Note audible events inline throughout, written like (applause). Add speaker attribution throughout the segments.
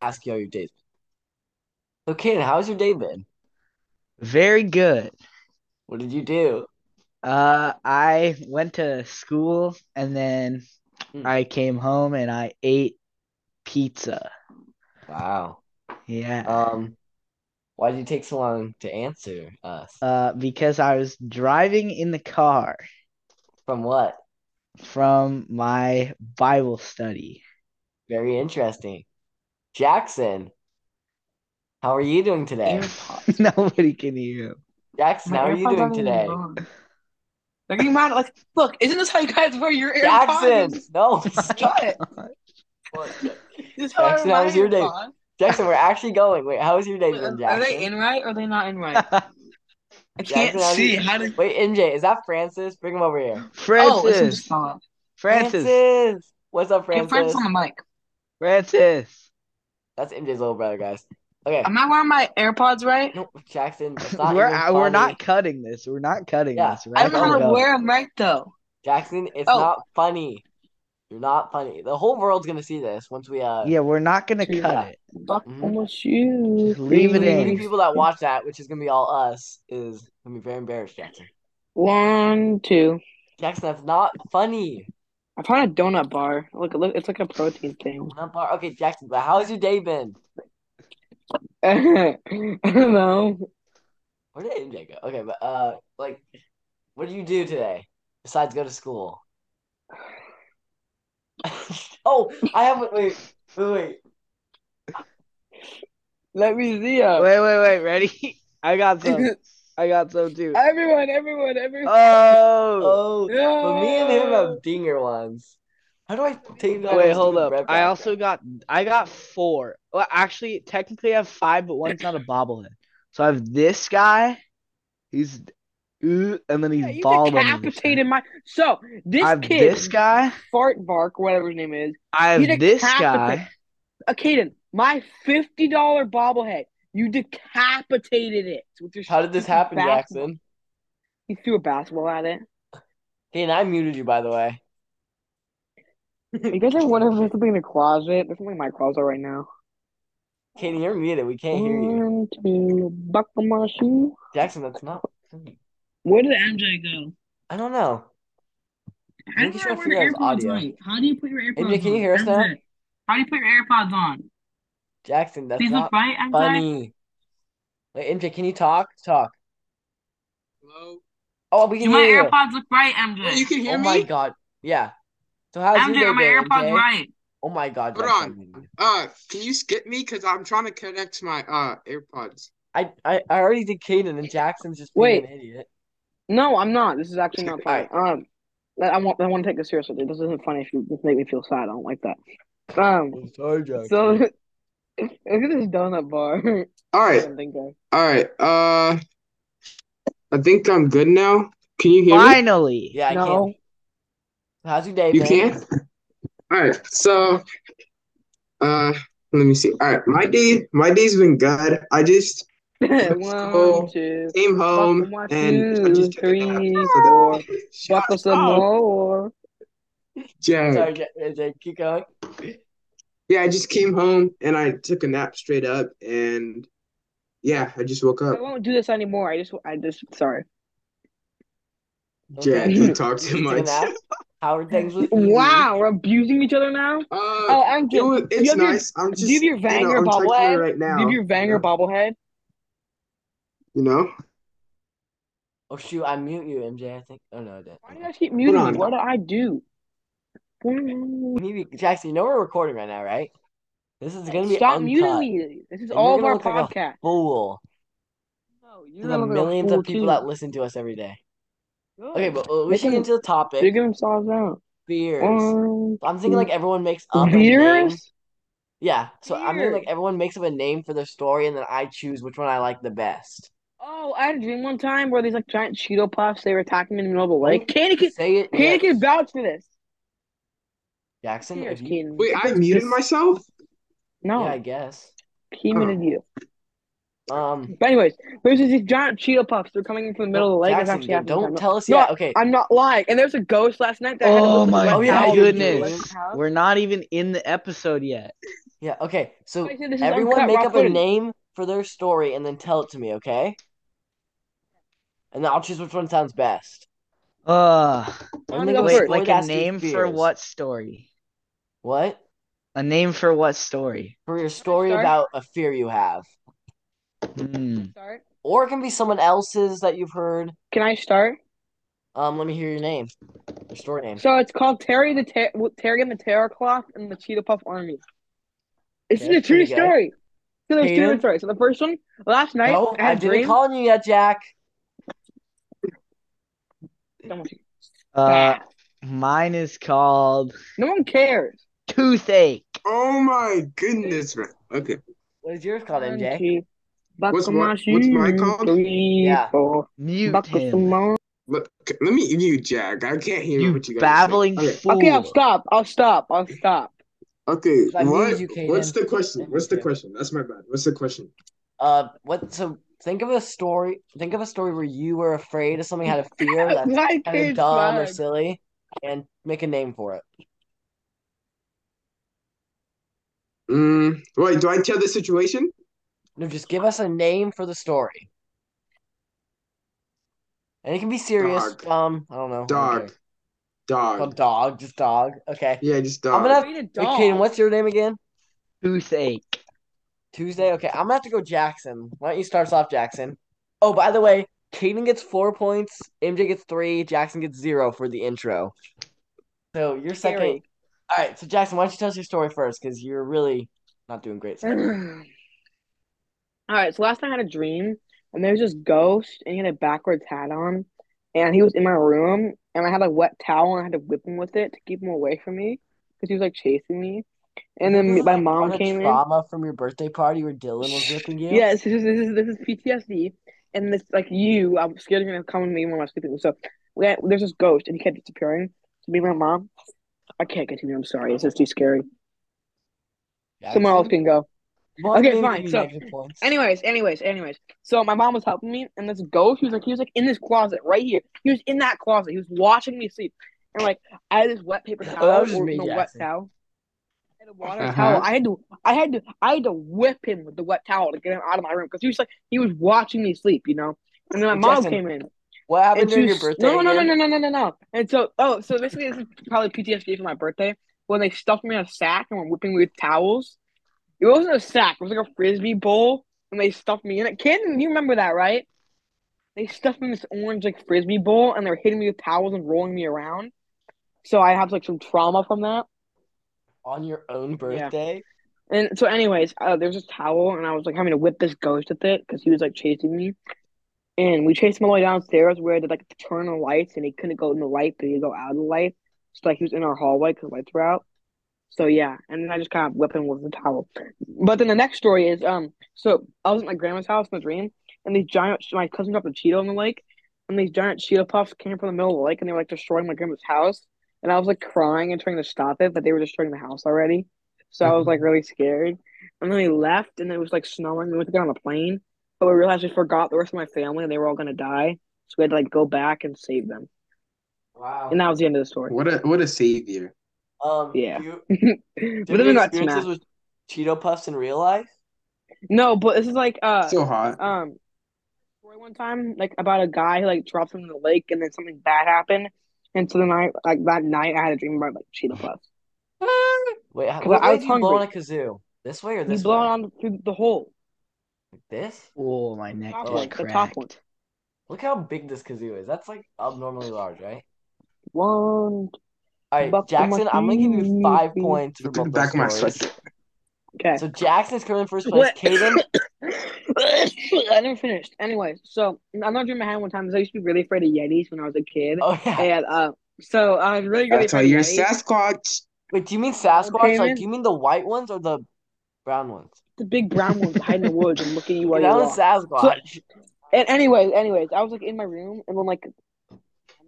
Speaker 1: ask you how your day's been. So, Kid, how's your day been?
Speaker 2: Very good.
Speaker 1: What did you do?
Speaker 2: Uh, I went to school and then
Speaker 1: Hmm.
Speaker 2: I came home and I ate pizza.
Speaker 1: Wow.
Speaker 2: Yeah.
Speaker 1: Um, why did you take so long to answer us?
Speaker 2: Uh, because I was driving in the car
Speaker 1: From what?
Speaker 2: from my Bible study. (laughs)
Speaker 1: Very interesting. Jackson, how are you doing today?
Speaker 3: AirPods.
Speaker 2: Nobody can hear him. (laughs)
Speaker 1: Jackson,
Speaker 3: My
Speaker 1: how are you
Speaker 3: AirPods
Speaker 1: doing
Speaker 3: aren't even
Speaker 1: today?
Speaker 3: on. They're getting mad. Like, look, isn't this how you guys wear your AirPods?
Speaker 1: Jackson, no, stop.
Speaker 3: Shut. (laughs) This is how
Speaker 1: Jackson,
Speaker 3: I wear
Speaker 1: how was your day?
Speaker 3: AirPods.
Speaker 1: Jackson, we're actually going. Wait, how's your day
Speaker 3: Wait,
Speaker 1: been,
Speaker 3: Are are they
Speaker 1: Jackson?
Speaker 3: in right or are they not in right? I can't
Speaker 1: Jackson, how's
Speaker 3: see.
Speaker 1: your-
Speaker 3: How did?
Speaker 1: Wait, NJ, is that Francis? Bring him over here.
Speaker 3: Oh, it's in
Speaker 2: Francis,
Speaker 3: this phone.
Speaker 2: Francis,
Speaker 1: What's up,
Speaker 3: Hey, Francis
Speaker 1: Francis?
Speaker 3: on the mic.
Speaker 2: Francis.
Speaker 1: That's MJ's little brother, guys. Okay.
Speaker 3: Am I wearing my AirPods right?
Speaker 1: No, Jackson, that's not
Speaker 2: We're
Speaker 1: even
Speaker 2: I- we're
Speaker 1: funny.
Speaker 2: not cutting this. We're not cutting
Speaker 1: Yeah,
Speaker 2: this. We're
Speaker 3: I don't know
Speaker 2: actually
Speaker 3: how to
Speaker 2: going.
Speaker 3: wear them right though.
Speaker 1: Jackson, it's
Speaker 3: Oh.
Speaker 1: not funny. You're not funny. The whole world's gonna see this once we uh
Speaker 2: Yeah, we're not gonna
Speaker 3: Yeah.
Speaker 2: cut it.
Speaker 3: Fuck
Speaker 1: Mhm.
Speaker 3: almost you.
Speaker 2: Just leave it
Speaker 1: the
Speaker 2: in.
Speaker 1: many people that watch that, which is gonna be all us, is gonna be very embarrassed, Jackson.
Speaker 3: One, two.
Speaker 1: Jackson, that's not funny.
Speaker 3: I found a donut bar. Look, look, it's like a protein thing. (laughs)
Speaker 1: Not bar- Okay, Jackson, but how's your day been?
Speaker 3: I don't know.
Speaker 1: Where did MJ go? Okay, but uh like what do you do today besides go to school? (sighs) oh, I have wait, wait, wait, wait.
Speaker 3: Let me see ya.
Speaker 2: Wait, wait, wait. Ready? (laughs) I got
Speaker 3: (laughs)
Speaker 2: some. I got some too.
Speaker 3: Everyone, everyone, everyone.
Speaker 2: Oh,
Speaker 1: Oh, But me and him
Speaker 3: Oh.
Speaker 1: have dinger ones. How do I take that?
Speaker 2: wait, hold up. I
Speaker 1: back?
Speaker 2: also got I got four. Well, actually, technically, I have five, but one's not a bobblehead. So I have this guy. He's ooh, and then he's
Speaker 3: You
Speaker 2: bald. on the other
Speaker 3: decapitated my. So this
Speaker 2: side. I have
Speaker 3: kid,
Speaker 2: this guy.
Speaker 3: fart bark, whatever his name is,
Speaker 2: I
Speaker 3: You
Speaker 2: have this
Speaker 3: decapitated-
Speaker 2: guy.
Speaker 3: uh, Caden, my fifty dollar bobblehead. You decapitated it with your.
Speaker 1: How did this
Speaker 3: stupid
Speaker 1: happen,
Speaker 3: basketball.
Speaker 1: Jackson?
Speaker 3: You threw a basketball at it.
Speaker 1: Hey, and I muted you, by the way.
Speaker 3: You guys ever wonder if there's something in the closet? There's something in my closet right now.
Speaker 1: Katie, you're muted. We can't hear you.
Speaker 3: One, two, buckle my shoe.
Speaker 1: Jackson, that's not. funny.
Speaker 3: Where did MJ go?
Speaker 1: I don't know.
Speaker 3: How
Speaker 1: Maybe
Speaker 3: do
Speaker 1: she wants
Speaker 3: you wear
Speaker 1: to hear
Speaker 3: your
Speaker 1: his
Speaker 3: AirPods
Speaker 1: audio.
Speaker 3: on? How do you put your AirPods
Speaker 1: MJ, can you
Speaker 3: on?
Speaker 1: hear us now?
Speaker 3: MJ, How do you put your AirPods on?
Speaker 1: Jackson, that's
Speaker 3: These
Speaker 1: not
Speaker 3: look right, MJ?
Speaker 1: funny. Wait, MJ, can you talk? Talk.
Speaker 3: Hello?
Speaker 1: Oh, we
Speaker 3: Do
Speaker 1: can
Speaker 3: my
Speaker 1: hear you.
Speaker 3: AirPods look right, MJ?
Speaker 4: Wait, you can hear
Speaker 1: oh
Speaker 4: me?
Speaker 1: my god. Yeah. So how's
Speaker 3: MJ,
Speaker 1: your
Speaker 3: are
Speaker 1: day
Speaker 3: my
Speaker 1: been,
Speaker 3: AirPods
Speaker 1: MJ?
Speaker 3: right?
Speaker 1: Oh my god.
Speaker 4: Hold
Speaker 1: Jackson.
Speaker 4: Uh, can you skip me? Cause I'm trying to connect my uh AirPods.
Speaker 1: I, I I already did Kaden, and Jackson's just being
Speaker 3: Wait.
Speaker 1: an idiot.
Speaker 3: No, I'm not. This is actually not funny.
Speaker 1: Alright.
Speaker 3: Um, I I want I want to take this seriously. This isn't funny. If you just make me feel sad, I don't like that. Um,
Speaker 1: I'm sorry, Jackson.
Speaker 3: so look (laughs) at this donut bar. (laughs)
Speaker 4: All right, all right. Uh, I think I'm good now. Can you hear me?
Speaker 2: Finally.
Speaker 1: yeah, I
Speaker 3: no,
Speaker 1: can't. How's your day
Speaker 4: You
Speaker 1: been?
Speaker 4: can. All right. So, uh, let me see. All right, my day, my day's been good. I just
Speaker 3: (laughs) one, two,
Speaker 4: came home
Speaker 3: Buckle my
Speaker 4: and I
Speaker 3: shoe,
Speaker 4: just took a nap.
Speaker 3: three,
Speaker 4: So that-
Speaker 3: four.
Speaker 4: Shut
Speaker 3: buckle some
Speaker 4: up,
Speaker 3: more.
Speaker 4: Jared.
Speaker 1: Sorry, Ja- MJ, keep going.
Speaker 4: Yeah, I just came home and I took a nap straight up, and yeah, I just woke
Speaker 3: I
Speaker 4: up.
Speaker 3: won't do this anymore. I just, I just, sorry.
Speaker 4: Jack,
Speaker 1: Okay.
Speaker 4: you talk
Speaker 1: You (laughs)
Speaker 4: too
Speaker 1: took a
Speaker 4: much.
Speaker 1: nap? How are (laughs) things with you?
Speaker 3: Wow, we're abusing each other now.
Speaker 4: Uh,
Speaker 3: Oh, I'm
Speaker 4: it
Speaker 3: good.
Speaker 4: was,
Speaker 3: you
Speaker 4: it's
Speaker 3: have your-
Speaker 4: nice. I'm
Speaker 3: do
Speaker 4: just
Speaker 3: you have your
Speaker 4: know,
Speaker 3: Vanger
Speaker 4: I'm talking to her
Speaker 3: bobblehead?
Speaker 4: right now.
Speaker 3: Do you have your Vanger
Speaker 4: you know?
Speaker 3: bobblehead?
Speaker 4: You know?
Speaker 1: Oh shoot, I mute you, MJ. I think. Oh no, I didn't.
Speaker 3: Why do you guys keep muting me?
Speaker 4: on.
Speaker 3: What do I
Speaker 4: (laughs)
Speaker 3: do? It's
Speaker 1: Maybe Jackson, you know we're recording right now, right? This is gonna be
Speaker 3: Stop
Speaker 1: uncut.
Speaker 3: muting me. This is
Speaker 1: And
Speaker 3: all
Speaker 1: you're
Speaker 3: of
Speaker 1: gonna
Speaker 3: our
Speaker 1: look like a
Speaker 3: podcast.
Speaker 1: Fool
Speaker 3: No,
Speaker 1: to the
Speaker 3: you're gonna look like a
Speaker 1: millions
Speaker 3: fool
Speaker 1: of people
Speaker 3: too.
Speaker 1: that listen to us every day. Okay, but uh, we
Speaker 3: They
Speaker 1: should get
Speaker 3: can-
Speaker 1: into the topic.
Speaker 3: Figure themselves out.
Speaker 1: Beers.
Speaker 3: Um,
Speaker 1: I'm thinking like everyone makes up a name.
Speaker 3: beers?
Speaker 1: Yeah, so I'm thinking like
Speaker 3: Beers.
Speaker 1: everyone makes up a name for their story, and then I choose which one I like the best.
Speaker 3: Oh, I had a dream one time where these like giant Cheeto puffs they were attacking me in the middle of the lake.
Speaker 1: Oh,
Speaker 3: Candy can
Speaker 1: Say it,
Speaker 3: Candy
Speaker 1: Nick.
Speaker 3: can vouch for this.
Speaker 1: Jackson.
Speaker 3: Cheers,
Speaker 1: If you,
Speaker 3: Keenan.
Speaker 4: Wait, I muted myself? oh.
Speaker 1: yeah,
Speaker 3: No,
Speaker 1: I guess.
Speaker 3: he muted you.
Speaker 1: Um,
Speaker 3: But anyways, there's these giant Cheeto puffs. They're coming in from the middle of the lake. It's
Speaker 1: Jackson,
Speaker 3: actually happening.
Speaker 1: don't
Speaker 3: I'm,
Speaker 1: tell us
Speaker 3: No,
Speaker 1: yet. Okay,
Speaker 3: not, I'm not lying. And there's a ghost last night that had to
Speaker 2: Oh
Speaker 3: live in the
Speaker 2: my
Speaker 1: Oh,
Speaker 3: wet
Speaker 1: yeah,
Speaker 3: house.
Speaker 1: you
Speaker 2: goodness.
Speaker 3: Wet house.
Speaker 2: We're not even in the episode yet.
Speaker 1: Yeah, okay. So
Speaker 3: Somebody said this is
Speaker 1: everyone
Speaker 3: uncut
Speaker 1: make
Speaker 3: raw
Speaker 1: up a
Speaker 3: footage.
Speaker 1: name for their story and then tell it to me, okay? And then I'll choose which one sounds best.
Speaker 2: Uh,
Speaker 3: I'm
Speaker 1: And
Speaker 3: gonna
Speaker 1: then
Speaker 3: go
Speaker 1: we'll
Speaker 2: wait,
Speaker 3: first.
Speaker 2: like
Speaker 1: exploit
Speaker 2: a
Speaker 1: Ashley's
Speaker 2: name for
Speaker 1: fears.
Speaker 2: what story?
Speaker 1: What?
Speaker 2: A name for what story?
Speaker 1: For your story
Speaker 3: start?
Speaker 1: about a fear you have.
Speaker 2: Hmm.
Speaker 3: Start.
Speaker 1: Or it can be someone else's that you've heard.
Speaker 3: Can I start?
Speaker 1: Um, let me hear your name. Your story name.
Speaker 3: So it's called Terry the Ter- w- Terry and the Terror Cloth and the Cheetah Puff Army. This
Speaker 1: Okay,
Speaker 3: is a
Speaker 1: that's
Speaker 3: true
Speaker 1: pretty good.
Speaker 3: story. So there's two
Speaker 1: Hayden?
Speaker 3: different stories. So the first one, last night
Speaker 1: No,
Speaker 3: I had
Speaker 1: I
Speaker 3: a
Speaker 1: didn't
Speaker 3: dream.
Speaker 1: call on you yet, Jack.
Speaker 3: No one- Ah.
Speaker 2: Uh, mine is called
Speaker 3: no one cares.
Speaker 2: Toothache.
Speaker 4: Oh my goodness, man. Okay.
Speaker 1: What is yours called,
Speaker 3: One,
Speaker 1: MJ?
Speaker 3: two, buckle
Speaker 4: What's
Speaker 3: my
Speaker 4: my- what's mine
Speaker 3: shoe,
Speaker 4: called?
Speaker 3: Three,
Speaker 1: Yeah.
Speaker 3: four,
Speaker 2: Mute
Speaker 3: buckle
Speaker 2: him.
Speaker 3: some more.
Speaker 4: Look, let me mute Jack. I can't hear
Speaker 2: You
Speaker 4: what you guys are saying.
Speaker 2: babbling
Speaker 4: Okay.
Speaker 2: fool.
Speaker 3: Okay, I'll stop. I'll stop. I'll stop.
Speaker 4: Okay,
Speaker 1: If I
Speaker 4: what?
Speaker 1: muted you, Kaden.
Speaker 4: what's the question? What's the
Speaker 1: Yeah.
Speaker 4: question? That's my bad. What's the question?
Speaker 1: Uh, what? So think of a story. Think of a story where you were afraid of something, had a
Speaker 3: (laughs)
Speaker 1: fear that's
Speaker 3: My
Speaker 1: kind of
Speaker 3: kids
Speaker 1: dumb or
Speaker 3: suck.
Speaker 1: silly, and make a name for it.
Speaker 4: Mm, wait, do I tell the situation?
Speaker 1: No, just give us a name for the story. And it can be serious,
Speaker 4: Dog.
Speaker 1: dumb. I don't know. I don't
Speaker 4: Dog.
Speaker 1: care. Called
Speaker 4: Dog.
Speaker 1: dog, just dog. Okay.
Speaker 4: Yeah, just
Speaker 1: I'm
Speaker 4: dog.
Speaker 1: gonna-
Speaker 3: Wait, a
Speaker 1: Wait,
Speaker 3: dog.
Speaker 1: Kaden, what's your name again?
Speaker 2: Toothache.
Speaker 1: Tuesday. Okay, I'm gonna have to go Jackson. Why don't you start us off, Jackson? Oh, by the way, Kaden gets four points, MJ gets three, Jackson gets zero for the intro. So your second.
Speaker 3: Scary.
Speaker 1: All right, so Jackson, why don't you tell us your story first? Because you're really not doing great.
Speaker 3: All
Speaker 1: so far.
Speaker 3: right, so last night I had a dream, and there was this ghost, and he had a backwards hat on, and he was in my room, and I had a wet towel, and I had to whip him with it to keep him away from me, because he was like chasing me. And
Speaker 1: This
Speaker 3: then
Speaker 1: is,
Speaker 3: my
Speaker 1: like,
Speaker 3: mom
Speaker 1: part of
Speaker 3: came in.
Speaker 1: trauma from your birthday party where Dylan was ripping you.
Speaker 3: Yes, this is this is this is PTSD, and this like you, I'm scared you're gonna come to me when I'm sleeping. So we had, there's this ghost, and he kept disappearing. So me and my mom, I can't continue. I'm sorry, this is too scary. Someone else
Speaker 1: Jackson,
Speaker 3: can go.
Speaker 1: you want
Speaker 3: okay,
Speaker 1: me to give
Speaker 3: fine,
Speaker 1: you
Speaker 3: so,
Speaker 1: negative points?
Speaker 3: Anyways, anyways, anyways. So my mom was helping me, and this ghost, he was like, he was like in this closet right here. He was in that closet. He was watching me sleep, and like I had this wet paper
Speaker 1: Oh, that
Speaker 3: towel,
Speaker 1: was just
Speaker 3: or
Speaker 1: me,
Speaker 3: no wet
Speaker 1: Jackson.
Speaker 3: towel. I had a water
Speaker 4: Uh-huh.
Speaker 3: towel. I had to, I had to, I had to whip him with the wet towel to get him out of my room because he was like, he was watching me sleep, you know. And then my mom
Speaker 1: Jackson,
Speaker 3: came in.
Speaker 1: What happened
Speaker 3: And she
Speaker 1: during your
Speaker 3: was,
Speaker 1: birthday?
Speaker 3: no, no, no,
Speaker 1: again?
Speaker 3: no, no, no, no, no. And so, oh, so basically, this is probably PTSD for my birthday when they stuffed me in a sack and were whipping me with towels. It wasn't a sack; it was like a frisbee bowl, and they stuffed me in it. Kitten, you remember that, right? They stuffed me in this orange like frisbee bowl, and they're hitting me with towels and rolling me around. So I have like some trauma from that.
Speaker 1: On your own birthday?
Speaker 3: And so, anyways, uh, there's this towel, and I was like having to whip this ghost with it because he was like chasing me. And we chased him all the way downstairs where they like to turn on the lights, and he couldn't go in the light, but he'd go out of the light. So like he was in our hallway because lights were out. So yeah, and then I just kind of whipped him with the towel. But then the next story is um, so I was at my grandma's house in the dream, and these giant my cousin dropped a Cheeto in the lake, and these giant Cheeto puffs came from the middle of the lake, and they were like destroying my grandma's house, and I was like crying and trying to stop it, but they were destroying the house already. So I was like really scared, and then we left, and it was like snowing. We went to get on a plane, but we realized we forgot the rest of my family, and they were all gonna die, so we had to like go back and save them,
Speaker 1: Wow.
Speaker 3: and that was the end of the story.
Speaker 4: What a what a savior.
Speaker 1: um,
Speaker 3: Yeah.
Speaker 1: You,
Speaker 3: (laughs) but
Speaker 1: did you
Speaker 3: then we
Speaker 1: have
Speaker 3: got
Speaker 1: experiences
Speaker 3: smacked.
Speaker 1: with Cheeto Puffs in real life?
Speaker 3: No, but this is like uh.
Speaker 4: So hot.
Speaker 3: um story one time like about a guy who like dropped him in the lake and then something bad happened and so then I like that night I had a dream about like cheetah puffs.
Speaker 1: Wait, how,
Speaker 3: 'Cause
Speaker 1: what
Speaker 3: I
Speaker 1: way
Speaker 3: was
Speaker 1: do you blow on a
Speaker 3: hungry.
Speaker 1: kazoo? This way or
Speaker 3: You
Speaker 1: this
Speaker 3: blow
Speaker 1: way?
Speaker 3: it on the, through the hole.
Speaker 1: Like this?
Speaker 2: Oh, my neck
Speaker 3: Top
Speaker 2: is
Speaker 1: one,
Speaker 3: the top one.
Speaker 2: cracked.
Speaker 1: Look how big this kazoo is. That's like abnormally large, right?
Speaker 3: One
Speaker 1: All right,
Speaker 3: buck on my
Speaker 1: Jackson, I'm gonna give you five
Speaker 3: TV.
Speaker 1: points for
Speaker 4: Look
Speaker 1: both
Speaker 4: at the
Speaker 1: those
Speaker 4: back of my
Speaker 1: stories.
Speaker 4: sweatshirt.
Speaker 3: Okay.
Speaker 1: So Jackson's coming in first place.
Speaker 3: (laughs)
Speaker 1: Caden,
Speaker 4: (coughs)
Speaker 3: I never finished. Anyway, so another dream I had one time is I used to be really afraid of Yetis when I was a kid.
Speaker 1: oh yeah.
Speaker 3: And uh so I was really, really
Speaker 4: That's how
Speaker 3: afraid of
Speaker 4: you're
Speaker 3: Yetis.
Speaker 4: Sasquatch.
Speaker 1: Wait, do you mean
Speaker 3: Mom
Speaker 1: Sasquatch?
Speaker 3: came
Speaker 1: Like,
Speaker 3: in.
Speaker 1: do you mean the white ones or the brown ones?
Speaker 3: the big brown one hiding in the woods and looking at you while
Speaker 1: Okay,
Speaker 3: you
Speaker 1: that
Speaker 3: walk.
Speaker 1: was Sasquatch.
Speaker 3: And anyways, anyways, I was like in my room, and then like mom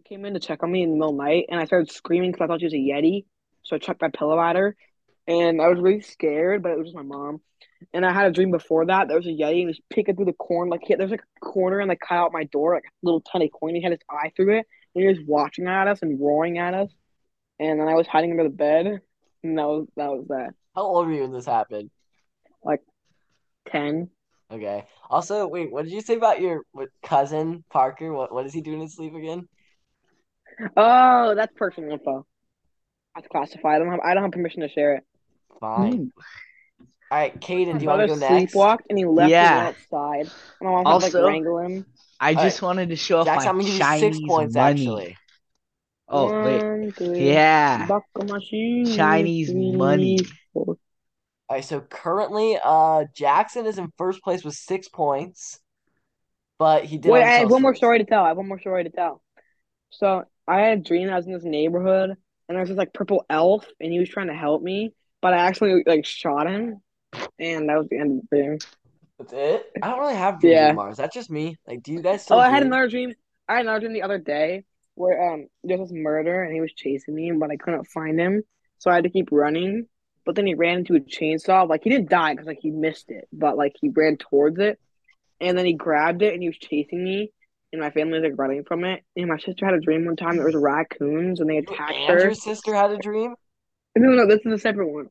Speaker 3: came in to check on me in the middle of the night, and I started screaming because I thought she was a yeti. So I chucked my pillow at her, and I was really scared, but it was just my mom. And I had a dream before that there was a yeti and he was peeking through the corn like he, there's like a corner and they cut out my door like a little tiny coin. He had his eye through it and he was watching at us and roaring at us. And then I was hiding under the bed, and that was that was that.
Speaker 1: How old were you when this happened?
Speaker 3: Ten.
Speaker 1: Okay. Also, wait, what did you say about your what, cousin Parker? What what does he do in his sleep again?
Speaker 3: Oh, that's personal info. That's classified. I don't have I don't have permission to share it.
Speaker 1: Fine.
Speaker 3: Hmm.
Speaker 2: Ooh.
Speaker 1: All right, Caden,
Speaker 3: My
Speaker 1: do you want to
Speaker 3: brother
Speaker 1: go next?
Speaker 3: sleepwalked and he left
Speaker 2: Yeah.
Speaker 3: it outside. And I want to
Speaker 2: Also-
Speaker 3: like wrangle him.
Speaker 2: I
Speaker 1: All
Speaker 2: just wanted to show off
Speaker 1: Jackson, I'm
Speaker 2: my
Speaker 1: gonna give you
Speaker 2: Chinese
Speaker 1: six points
Speaker 2: money.
Speaker 1: actually.
Speaker 2: Oh wait,
Speaker 3: One, two,
Speaker 2: yeah,
Speaker 3: Buckle my shoes.
Speaker 2: Chinese
Speaker 3: three,
Speaker 2: money.
Speaker 3: four.
Speaker 1: All right, so currently, uh, Jackson is in first place with six points, but he did.
Speaker 3: Wait,
Speaker 1: have
Speaker 3: I have
Speaker 1: himself
Speaker 3: one more
Speaker 1: six.
Speaker 3: story to tell. I have one more story to tell. So I had a dream. I was in this neighborhood, and there was this like purple elf, and he was trying to help me, but I actually like shot him, and that was the end of the dream.
Speaker 1: That's it. I don't really have dreams
Speaker 3: Yeah.
Speaker 1: anymore. Is that just me? Like, do you guys still?
Speaker 3: Oh, I had
Speaker 1: dream?
Speaker 3: another dream. I had another dream the other day where um there was this murder and he was chasing me, but I couldn't find him, so I had to keep running. But then he ran into a chainsaw. Like he didn't die because like he missed it, but like he ran towards it, and then he grabbed it and he was chasing me. And my family was like running from it. And my sister had a dream one time that there was raccoons and they
Speaker 1: You
Speaker 3: attacked
Speaker 1: and
Speaker 3: her.
Speaker 1: your sister had a dream.
Speaker 3: (laughs) No, no, this is a separate one.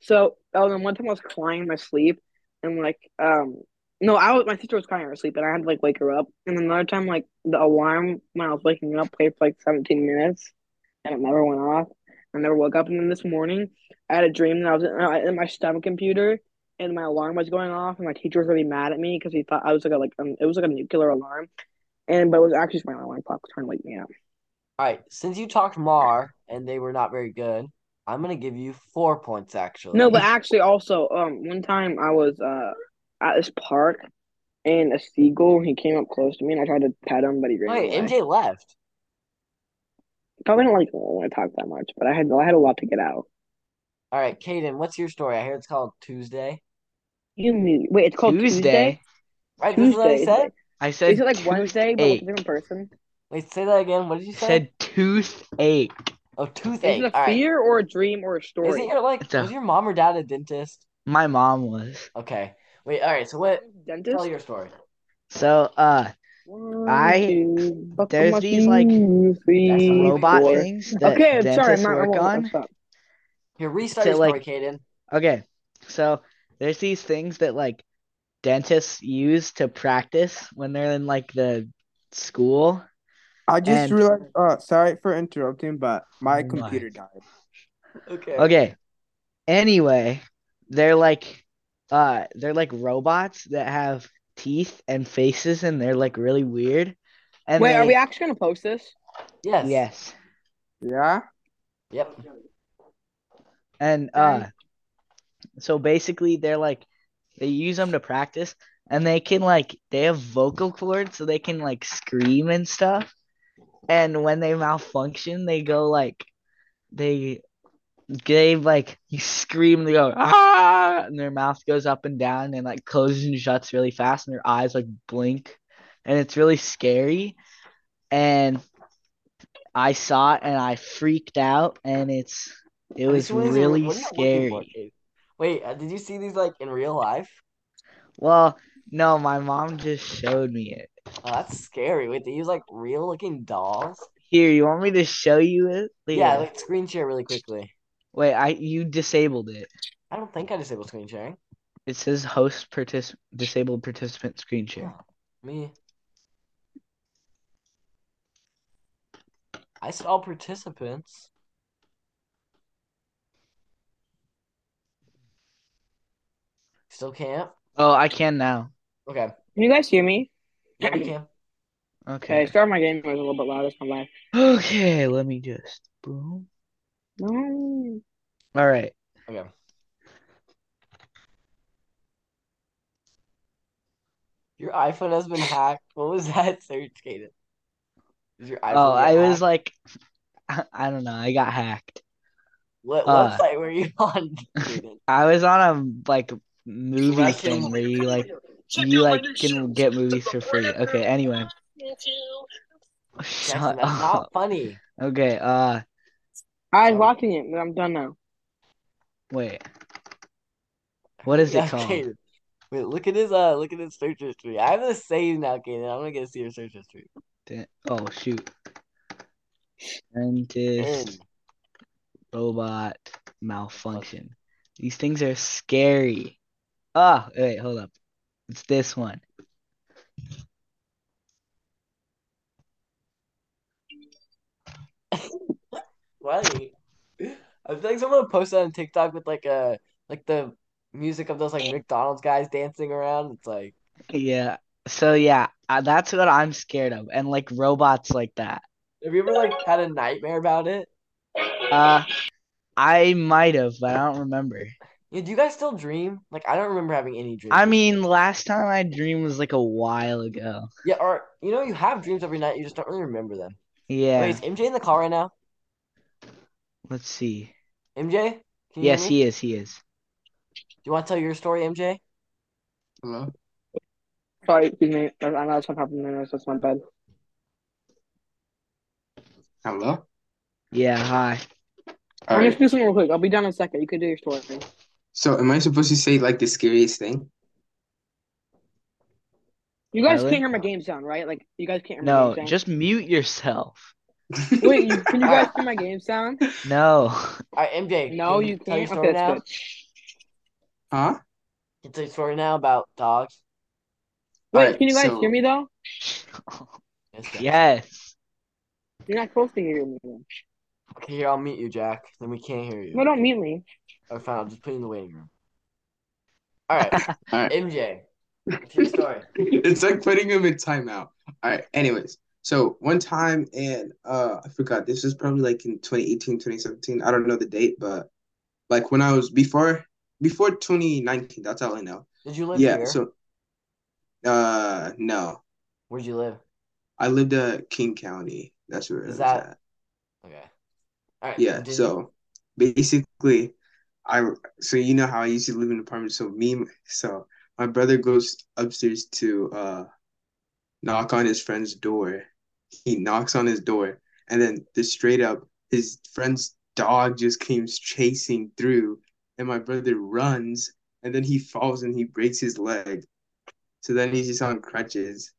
Speaker 3: So, oh, then one time I was crying in my sleep, and like, um, no, I was my sister was crying in her sleep, and I had to like wake her up. And then another time, like the alarm when I was waking up played for like seventeen minutes, and it never went off. I never woke up. And then this morning, I had a dream that I was in, uh, in my STEM computer, and my alarm was going off, and my teacher was really mad at me because he thought I was like a like um, it was like a nuclear alarm, and but it was actually just my alarm clock trying to wake me up.
Speaker 1: All right, since you talked Mar and they were not very good, I'm gonna give you four points actually.
Speaker 3: No, but actually, also, um, one time I was uh at this park, and a seagull he came up close to me, and I tried to pet him, but he ran
Speaker 1: wait,
Speaker 3: away.
Speaker 1: MJ left.
Speaker 3: Probably don't like when I talk that much, but I had I had a lot to get out.
Speaker 1: All right, Caden, what's your story? I hear it's called Tuesday.
Speaker 3: You mean wait? It's called Tuesday.
Speaker 1: Right, this is what I
Speaker 3: Tuesday, is
Speaker 1: said.
Speaker 3: it-
Speaker 2: I said.
Speaker 3: Is it like
Speaker 2: tooth
Speaker 3: Wednesday, but with
Speaker 2: ache.
Speaker 3: a different person?
Speaker 1: Wait, say that again. What did you say?
Speaker 2: Said toothache.
Speaker 1: oh,
Speaker 3: Is
Speaker 1: toothache.
Speaker 3: it a
Speaker 1: All right.
Speaker 3: fear or a dream or a
Speaker 1: Isn't
Speaker 3: story?
Speaker 1: your like
Speaker 2: It's a-
Speaker 1: was your mom or dad a dentist?
Speaker 2: My mom was.
Speaker 1: Okay. Wait. All right. So what? Tell
Speaker 3: Dentist.
Speaker 1: your story.
Speaker 2: So uh,
Speaker 3: One,
Speaker 2: I-
Speaker 3: two, buckle
Speaker 2: there's
Speaker 3: my
Speaker 2: these, like,
Speaker 3: shoes,
Speaker 1: That's
Speaker 3: three,
Speaker 1: not what we
Speaker 2: robot
Speaker 1: do.
Speaker 3: four.
Speaker 2: things that
Speaker 3: Okay, I'm sorry,
Speaker 2: dentists
Speaker 3: I'm not. I
Speaker 2: work
Speaker 3: won't-
Speaker 2: on.
Speaker 3: I'll stop.
Speaker 1: Here, restart
Speaker 2: So,
Speaker 1: your story,
Speaker 2: like-
Speaker 1: Caden.
Speaker 2: Okay, so there's these things that like dentists use to practice when they're in like the school.
Speaker 4: I just
Speaker 2: And-
Speaker 4: realized. Uh, sorry for interrupting, but my
Speaker 2: What?
Speaker 4: computer died.
Speaker 1: Okay.
Speaker 2: Okay. Anyway, they're like uh they're like robots that have teeth and faces and they're like really weird. And
Speaker 3: Wait,
Speaker 2: they-
Speaker 3: are we actually gonna post this?
Speaker 1: Yes.
Speaker 2: Yes.
Speaker 4: Yeah.
Speaker 1: Yep.
Speaker 2: And uh
Speaker 3: Okay.
Speaker 2: so basically they're like they use them to practice and they can like they have vocal cords so they can like scream and stuff. And when they malfunction, they go like they they like you scream they go ah and their mouth goes up and down and like closes and shuts really fast and their eyes like blink and it's really scary and I saw it and I freaked out and it's it was
Speaker 1: This one isn't-
Speaker 2: really
Speaker 1: what are you looking for,
Speaker 2: scary.
Speaker 1: Caden? Wait, uh, did you see these like in real life?
Speaker 2: Well, no, my mom just showed me it.
Speaker 1: Oh, that's scary. Wait, they use like real looking dolls?
Speaker 2: Here, you want me to show you it?
Speaker 1: Yeah,
Speaker 2: Leah?
Speaker 1: like screen share really quickly.
Speaker 2: Wait, I you disabled it.
Speaker 1: I don't think I disabled screen sharing.
Speaker 2: It says host partic- disabled participant screen share.
Speaker 1: Huh, Me. I said all participants. Still can't?
Speaker 2: Oh, I can now.
Speaker 1: Okay.
Speaker 3: Can you guys hear me?
Speaker 1: Yeah, we can. (clears throat)
Speaker 3: Okay,
Speaker 2: Okay.
Speaker 3: start my game noise a little bit loud. That's my bad.
Speaker 2: (gasps) Okay, let me just boom.
Speaker 3: No.
Speaker 2: All right.
Speaker 1: Okay. Your iPhone has been hacked. What was that (laughs) search, Caden? Did your iPhone
Speaker 2: Oh,
Speaker 1: get
Speaker 2: I was
Speaker 1: hacked?
Speaker 2: like, (laughs) I, I don't know. I got hacked.
Speaker 1: What
Speaker 2: uh,
Speaker 1: website were you (laughs) on,
Speaker 2: (laughs)
Speaker 1: Caden?
Speaker 2: I was on a like movie
Speaker 1: Russian-
Speaker 2: thing where you
Speaker 3: (laughs)
Speaker 2: like you like can get movies for free. Okay. Anyway.
Speaker 1: Jackson,
Speaker 2: Shut
Speaker 1: that's not
Speaker 2: up.
Speaker 1: funny.
Speaker 2: (laughs) Okay. Uh,
Speaker 3: I was watching it, but I'm done now.
Speaker 2: wait. What is
Speaker 1: Yeah,
Speaker 2: it called?
Speaker 1: Caden. Wait, look at his uh look at his search history. I have the same now, Caden. I'm gonna get to see your search history.
Speaker 2: Da- Oh shoot. Dentist
Speaker 1: In.
Speaker 2: robot malfunction. These things are scary. Ah, wait, hold up. It's this one.
Speaker 1: Why? I feel like someone posted on TikTok with like a like the music of those like McDonald's guys dancing around. It's like
Speaker 2: Yeah. So yeah, uh, that's what I'm scared of, and like robots like that.
Speaker 1: have you ever like had a nightmare about it?
Speaker 2: Uh, I might have, but I don't remember.
Speaker 1: Yeah, do you guys still dream? Like I don't remember having any dreams.
Speaker 2: I mean, last time I dreamed was like a while ago.
Speaker 1: yeah, or you know you have dreams every night, you just don't really remember them.
Speaker 2: Yeah.
Speaker 1: Wait, is MJ in the car right now?
Speaker 2: Let's see.
Speaker 1: MJ? Can you
Speaker 2: Yes,
Speaker 1: hear me?
Speaker 2: he is. He is.
Speaker 1: Do you want to tell your story, MJ?
Speaker 4: Hello?
Speaker 3: Sorry, excuse me. I I know that's not happening. That's just my bad.
Speaker 4: Hello?
Speaker 2: Yeah. Hi.
Speaker 4: All
Speaker 3: I'm
Speaker 4: right.
Speaker 3: just do something real quick. I'll be down in a second. You can do your story.
Speaker 4: So, am I supposed to say like the scariest thing?
Speaker 3: You guys
Speaker 2: Really?
Speaker 3: can't hear my game sound, right? Like you guys can't hear my
Speaker 2: No,
Speaker 3: game sound.
Speaker 2: just mute yourself.
Speaker 3: Wait, you, can
Speaker 2: (laughs)
Speaker 3: you guys hear my game sound?
Speaker 2: No. (laughs)
Speaker 1: All right, MJ.
Speaker 3: No,
Speaker 1: can
Speaker 3: you
Speaker 1: Tell your
Speaker 3: can't. (laughs)
Speaker 1: story
Speaker 3: Okay,
Speaker 1: now.
Speaker 3: that's good.
Speaker 4: huh?
Speaker 1: Can you tell your story now about dogs.
Speaker 3: Wait,
Speaker 4: Alright,
Speaker 3: can you guys
Speaker 4: so-
Speaker 3: hear me though?
Speaker 1: Yes, Jack. (laughs)
Speaker 2: Yes.
Speaker 3: You're not supposed to hear me.
Speaker 1: Okay, here I'll meet you, Jack. Then we can't hear you.
Speaker 3: No, don't mute me.
Speaker 1: Or fine, I'll just put you in the waiting room. All right,
Speaker 4: (laughs) All right.
Speaker 1: MJ, what's your story?
Speaker 4: it's like putting him in timeout. All right. Anyways, so one time in uh I forgot this was probably like in 2018, 2017. I don't know the date, but like when I was before before 2019, that's all I know.
Speaker 1: Did you live
Speaker 4: yeah,
Speaker 1: here?
Speaker 4: so uh no.
Speaker 1: Where'd you live?
Speaker 4: I lived uh King County. That's where I
Speaker 1: Is
Speaker 4: was
Speaker 1: that-
Speaker 4: at.
Speaker 1: Okay. All right.
Speaker 4: Yeah,
Speaker 1: continue.
Speaker 4: so basically, I so you know how I used to live in an apartment. So me, so my brother goes upstairs to uh knock on his friend's door. He knocks on his door, and then the straight up, his friend's dog just came chasing through, and my brother runs, and then he falls and he breaks his leg. So then he's just on crutches.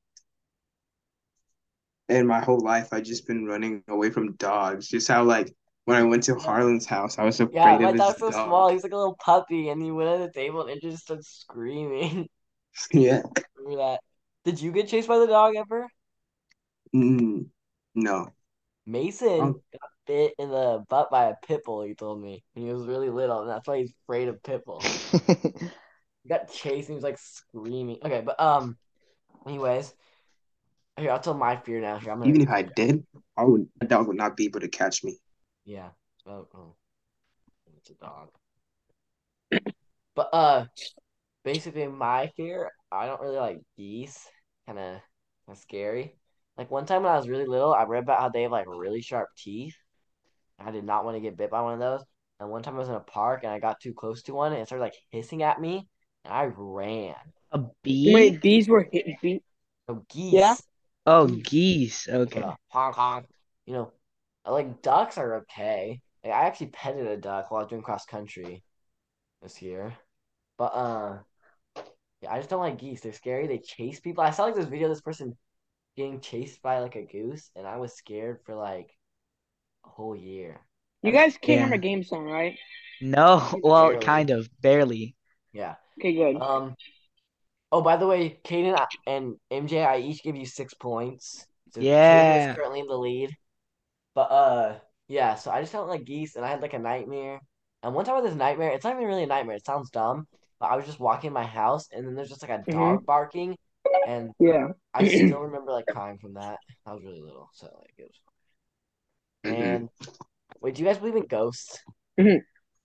Speaker 4: And my whole life, I've just been running away from dogs. Just how like when I went to Harlan's house, I was afraid
Speaker 1: yeah,
Speaker 4: of
Speaker 1: my
Speaker 4: his
Speaker 1: dog's so
Speaker 4: dog.
Speaker 1: small. He's like a little puppy, and he went on the table and just started screaming.
Speaker 4: (laughs)
Speaker 1: (laughs)
Speaker 4: Yeah.
Speaker 1: Remember that? Did you get chased by the dog ever?
Speaker 4: Mm, no.
Speaker 1: Mason
Speaker 4: Um,
Speaker 1: got bit in the butt by a pit bull. He told me, and he was really little, and that's why he's afraid of pit bull. He got chased and he was like screaming. Okay, but um, anyways, here I'll tell my fear now. Here I'm gonna
Speaker 4: Even if I did, I would a dog would not be able to catch me.
Speaker 1: yeah. Oh, oh. it's a dog. But uh, basically my fear, I don't really like geese. Kind of scary. Like one time when I was really little, I read about how they have like really sharp teeth. I did not want to get bit by one of those. And one time I was in a park and I got too close to one and it started like hissing at me, and I ran.
Speaker 2: A bee?
Speaker 3: Wait, these were hit. Be-
Speaker 1: So geese.
Speaker 3: Yeah.
Speaker 2: Oh,
Speaker 1: Mm.
Speaker 2: geese. Okay.
Speaker 1: With a honk honk. You know, I like ducks are okay. Like, I actually petted a duck while I was doing cross country this year. But uh yeah, I just don't like geese. They're scary. They chase people. I saw like this video of this person getting chased by like a goose and I was scared for like a whole year.
Speaker 3: you guys can't
Speaker 2: Yeah.
Speaker 3: hear my game sound, right?
Speaker 2: No, well,
Speaker 1: Barely.
Speaker 2: kind of, barely.
Speaker 1: Yeah.
Speaker 3: Okay, good.
Speaker 1: Um oh by the way, Kaden I- and MJ, I each give you six points. So Kaden
Speaker 2: Yeah.
Speaker 1: is currently in the lead. But uh yeah, so I just don't like geese and I had like a nightmare. And one time with this nightmare, it's not even really a nightmare, it sounds dumb, but I was just walking in my house and then there's just like a
Speaker 3: Mhm.
Speaker 1: dog barking and
Speaker 3: Yeah.
Speaker 1: I still remember like crying from that. I was really little, so like it was
Speaker 4: Mm-mm,
Speaker 1: and wait, do you guys believe in ghosts?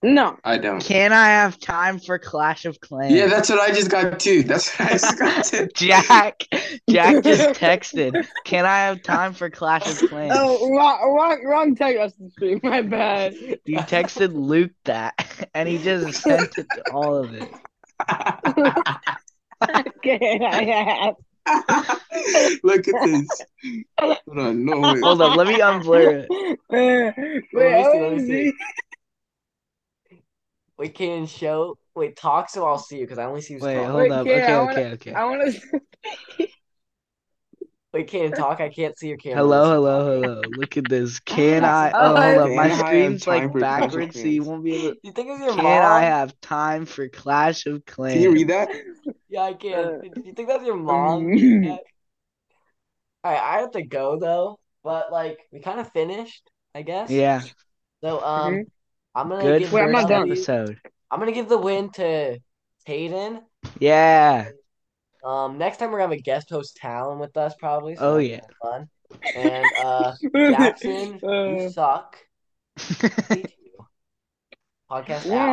Speaker 3: No.
Speaker 4: I don't.
Speaker 2: Can I have time for Clash of Clans?
Speaker 4: Yeah, that's what I just got too. That's what I just got too.
Speaker 2: Jack. Jack just texted. Can I have time for Clash of Clans?
Speaker 3: Oh, wrong, wrong, wrong tag us the stream. (laughs) My bad.
Speaker 2: You texted Luke that, and he just sent it to all of it.
Speaker 3: Okay, I asked.
Speaker 4: (laughs) Look at this. Hold on, no way.
Speaker 2: Hold up, let me unblur it.
Speaker 3: Uh,
Speaker 1: Let me see,
Speaker 3: Wait,
Speaker 1: let
Speaker 3: I
Speaker 1: me
Speaker 3: wanna
Speaker 1: see. Wait, Kaden, show wait, talk so I'll see you because I only see who's
Speaker 2: Wait,
Speaker 1: talking.
Speaker 2: hold up.
Speaker 3: Wait,
Speaker 2: Okay,
Speaker 3: Kara, I
Speaker 2: okay, okay.
Speaker 3: I want to.
Speaker 1: We can't talk. I can't see your camera.
Speaker 2: Hello, hello, hello. Look at this. Can I? Oh,
Speaker 3: Oh,
Speaker 2: hold up. My
Speaker 4: can I have
Speaker 2: screen's
Speaker 4: time
Speaker 2: like
Speaker 4: for Clash of
Speaker 2: backwards, so you
Speaker 4: Clans?
Speaker 2: won't be able to.
Speaker 1: You think it's your
Speaker 2: Can
Speaker 1: mom?
Speaker 2: I have time for Clash of Clans?
Speaker 4: Can you read that?
Speaker 1: Yeah, I can.
Speaker 3: Uh,
Speaker 1: You- You think that's your mom?
Speaker 2: Mm. (laughs)
Speaker 1: All right, I have to go though, but like we kind of finished, I guess.
Speaker 2: Yeah, Mm-hmm.
Speaker 1: So um,
Speaker 3: Mhm.
Speaker 1: I'm gonna
Speaker 2: good
Speaker 1: give
Speaker 3: Wait, I'm
Speaker 2: first
Speaker 3: not done.
Speaker 1: W-
Speaker 2: episode.
Speaker 1: I'm gonna give the win to Hayden.
Speaker 2: Yeah.
Speaker 1: Um, next time we're gonna have a guest host Talon with us probably. So
Speaker 2: Oh,
Speaker 1: that'll be
Speaker 2: yeah.
Speaker 1: kinda fun. And uh, Jackson, you
Speaker 3: (laughs) Uh,
Speaker 1: suck. Hate you. Podcast out.
Speaker 3: yeah.